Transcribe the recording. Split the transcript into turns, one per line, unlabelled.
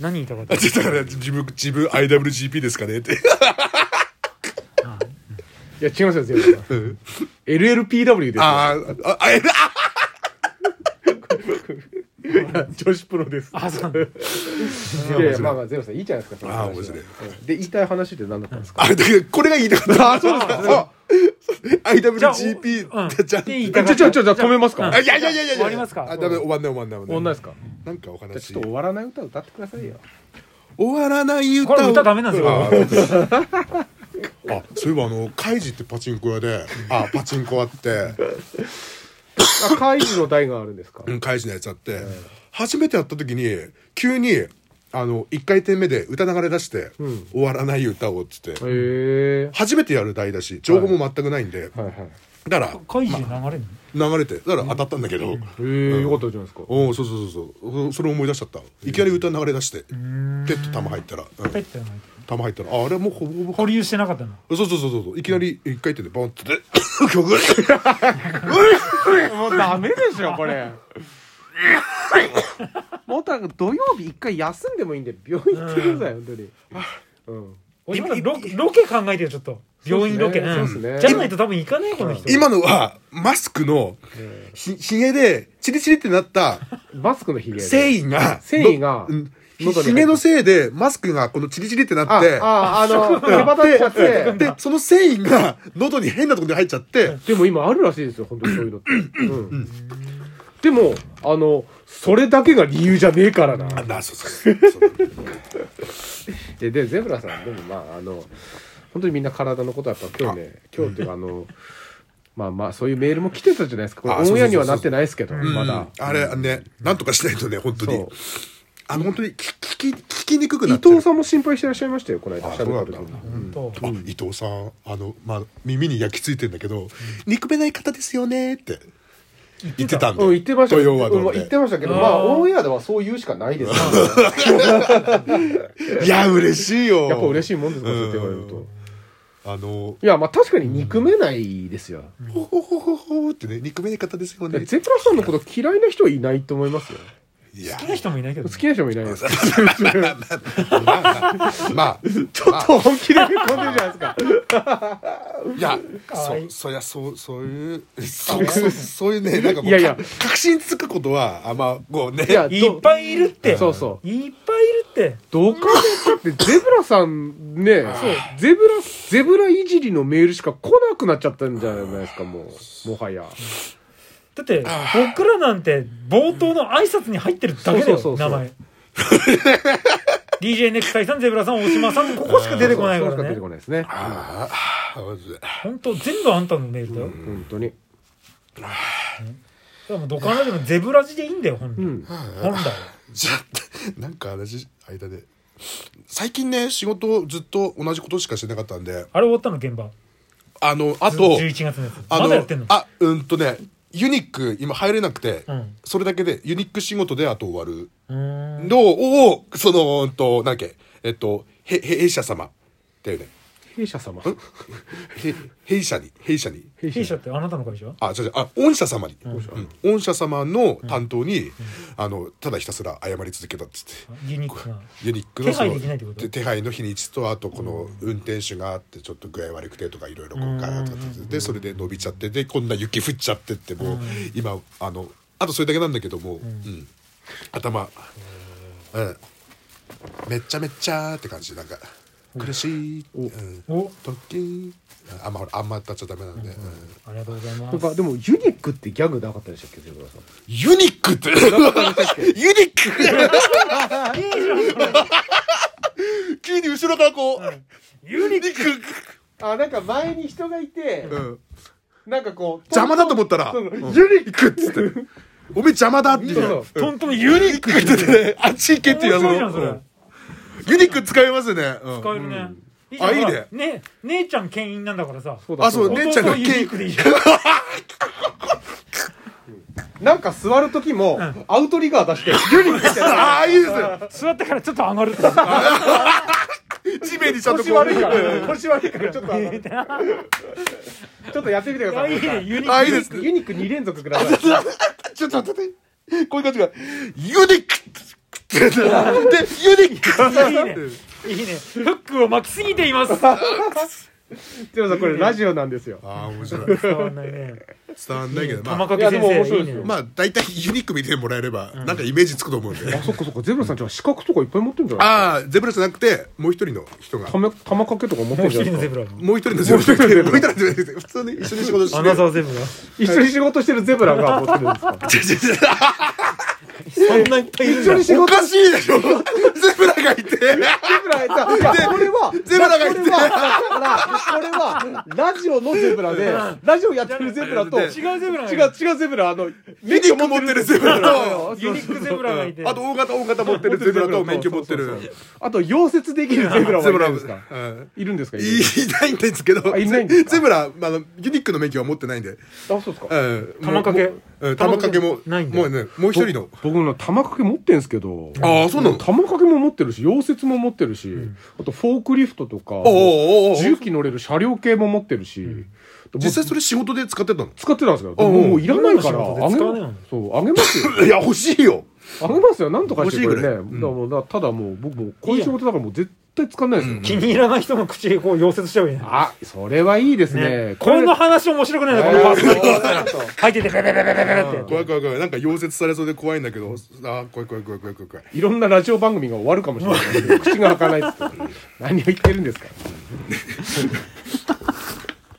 何言いたかった
だから自分自分 IWGP ですかねって
いや違いますよ全 部 LLPW ですよ
あーああえあ
いや女子プロです
あそう
いやいやまあまあゼロさんいいじゃないですかその話は
あー面白い
うんで言いたい話って何だったんですか
あだからこれが言いたかったあそうですか IWGP
じゃあおうん
じゃ
で言い
じ
た
ゃ
か
じゃあじゃあじゃあじゃあ止めますか
あいやいやいやいや
終わりますか
あダメ終わんない終わんない終
終わんないですか
なんかお
じゃあ
話
ちょっと終わらない歌歌ってくださいよ
終わらない歌
こ
を
れ歌ダメなんですよ
あそういえばあのカイジってパチンコ屋であパチンコあって
あ会議の台があるんですか
うんカイジのやつあって、初めてやった時に急にあの1回転目で歌流れ出して「終わらない歌を」っつって、
へえ
初めてやる台だし情報も全くないんで、
はいはい
だから
会議で流れるの
流れてだから当たったんだけど、
へえよかったじゃないですか
おおそうそうそうそうそれ思い出しちゃったいきなり歌流れ出してペッと玉入ったら、うん
ペッてやらない
玉入ったらああれもうほぼほぼ
保留してなかったの
そうそうそうそうそういきなり一回転でバンって で曲が
もうダメでしょこれ もうた土曜日一回休んでもいいんで病院行ってください、本当にうん
俺まだロロケ考えてよちょっと病院ロケ
そうっすねそうっす
うん
ね
じゃないと多分行かないよこの人
今のはマスクのひひげでチリチリってなった
マスクのひげ
繊維が
繊維が
うんひ
喉に入って
ひげのせいでマスクがこのチリチリってな
あ
って
ああ の毛羽立っちゃって
でその繊維が喉に変なところに入っちゃって
でも今あるらしいですよ本当にそういうのって、うん、でもあのそれだけが理由じゃねえからな
あなそうそうそう
ででゼブラさんでもまああの本当にみんな体のことはやっぱ今日ね今日っていうかあのまあまあそういうメールも来てたじゃないですかこれ
あそうそ
オ
うそうそう
ンエアにはなってないですけどまだ
あれねなんとかしないとね本当
そ
に
う
あの本当に聞き聞き聞きにくくな
伊
ってる
藤さんも心配してらっしゃいましたよこの間
あ
喋った時
そうなんだ
に
本当
あ伊藤さんあの、まあ、耳に焼き付いてんだけど「憎めない方ですよね」って言ってたんで
うん、言ってましたけ
土
ど、
曜は
う
ど
ん
う
言って
で
ましたけど、
あー
まあ、オンエアではそう言うしかないですから、
いや嬉しいよ
やっぱ嬉し
い
いもんですか、そうやって言われる
う
と
ん。あの
いや、まあ確かに憎めないですよ。
「ほほほほほ」ってね憎めない方ですよね
ゼプラさんのこと嫌いな人はいないと思いますよ。
いや
好きな人もいないけど
好
ね
きな人もいない です。
まあまあまあちょっと
本気で込んでるじゃないです か。
いや
かわいい
そそりゃそうそういうそそそういうねなんかもう
いやいや
か確信つくことはあんまこうね
いや、
いっぱいいるって
そうそう
いっぱいいるって
どう考えたって、ゼブラさんね、ゼブラ、ゼブラいじりのメールしか来なくなっちゃったんじゃないですか、もう。もはや。
だって僕らなんて冒頭の挨拶に入ってるだけだ
そうそ
よ
うそ
名
う
前 DJ ネクタイさんゼブラさん大島さんここしか出てこないか
そう
ら
し出て
ね
こないですね。
ああマジで
本当全部あんたのメールだよだか
本当に。
らもうどかなでもゼブラジでいいんだよ本来
ん
本来
じゃあ なんか話間で最近ね仕事ずっと同じことしかしてなかったんで
あれ終わったの現場
あのあと
11月のやつ
あ
まだやってん
の
の
あうんとねユニック今入れなくて、
うん
それだけでユニック仕事であと終わる
うーん
のを、そのうんとなんだっけえっとへへ弊社様だよね
弊社様。
へ弊社に弊社に
弊
弊
社。
社ってあなたの会社
あ、じゃじゃあ、御社様に、うん御社様の担当に、あの、ただひたすら謝り続けたっつって。
ユニークな
ユニックのそ
手配
の
できないってこと
手手配の日にちとあとこの運転手があってちょっと具合悪くてとかいろいろこうガラッとなってでそれで伸びちゃってでこんな雪降っちゃってってもう今あのあとそれだけなんだけども、うん頭、うん、めっちゃめっちゃって感じなんか苦しい、うん、
お
時あんまほらあんま歌っちゃダメなんで、うん
ありがとうございま
な
す
んか、でも、ユニックってギャグなかったでしたっけ、ゼブラさん。
ユニックってユニッ ク 急に後ろからこう、ユニック
あ、なんか前に人がいて、
うん
なんかこう、
邪魔だと思ったら、
そうそう
ユニックっつって、おめえ邪魔だっていう。
そうそう
トントンユニーク
ユニックってね、あっち行けっていうやつ
面白いじゃんそれ
ユニック使えますね。うん
使えるねい
あ
じゃんほら
いいね
ね姉ちゃん牽引なんだからさ
そうだ
あ、そう、
だ
姉ちゃんが
弟ユニークでいいじゃん
なんか座る時も、アウトリガー出して、ユニックってや
ああ、いいで
座ってからちょっと上がるってこと
す地面にちゃん
つ
とこう。
腰悪いから、腰悪いから、ちょっとあの、ちょっとやってみてくださ
あ
い
いい。ねユニ
あ、
ー
いい
ク
です。
ユニック2連続ください。
ちょっと待ってて。こういう感じが、ユニックってなってユニカ
いいねいいねフックを巻きすぎています
ゼロさんこれラジオなんですよ
ああ面白い
伝わんないね
伝わんないけどま
玉
あ
掛け
いやでも面
先生
白い
い
です
い
よ
ね
まあ大体ユニーク見てもらえればなんかイメージつくと思うんで
あそっかそっかゼブラさんじゃあ資格とかいっぱい持ってんじゃない
ああゼブラじゃなくてもう一人の人が
ため玉掛けとか持って
も
ん
う
じ
一
ゃ ない
人の
で
ゼ
す
ブラ
か
も
もう一人のゼブラじゃなくてもう一人のゼブラじゃなくて普通に一緒に仕事して
アナザーゼブラ
一緒に仕事してるゼブラが持ってるんですか
そんなにいっぱいいるん
一緒
だ
に仕
お
事
かしいでしょゼブラがいて
ゼブラいたいやこれは
ゼブラがいて
これはだからこれはラジオのゼブラでラジオやってるゼブラと
違
違うゼブラがい
違
る
う違うゼブラあの
ユニーク持ってるゼ ブラと
ユニックゼブラがいて
あと大型大型持ってるゼブラと免許持ってる
あと溶接できるゼブラはいないんですか
うん
いるんですか
いないんですけど
あいないんですか
ゼブラあのユニークの免許は持ってないんで
あそうですか
うん
玉掛け
もううん玉掛けも
ないんだ
もうねもう一人の
僕の玉掛け持ってんすけど
ああそうなの
玉掛けも持ってるし溶接も持ってるし、あとフォークリフトとか
おうおうおう
重機乗れる車両系も持ってるし、
実際
僕
それ仕事で使ってたの
使ってたんですけどで
おうおう
ももういらないか
今
ら
の仕
あ
事で使
げ
わないもん
まそうあげます よ
いや欲しいよ
あげますよなんとかしてこれね
欲しいぐらい
だからもうだただもう僕もうこういう仕事だからもう絶対使わないですよ、
気に入らない人の口こう溶接しちゃうよね
あそれはいいですね
ねこの話面白くないのこのパーソナリティ
そうそう
入っててベベベベベベベって
怖い怖い怖いなんか溶接されそうで怖いんだけどあー怖い怖い怖い怖い怖い怖い
いろんなラジオ番組が終わるかもしれないですけど口が開かないですけど何を言ってるんですか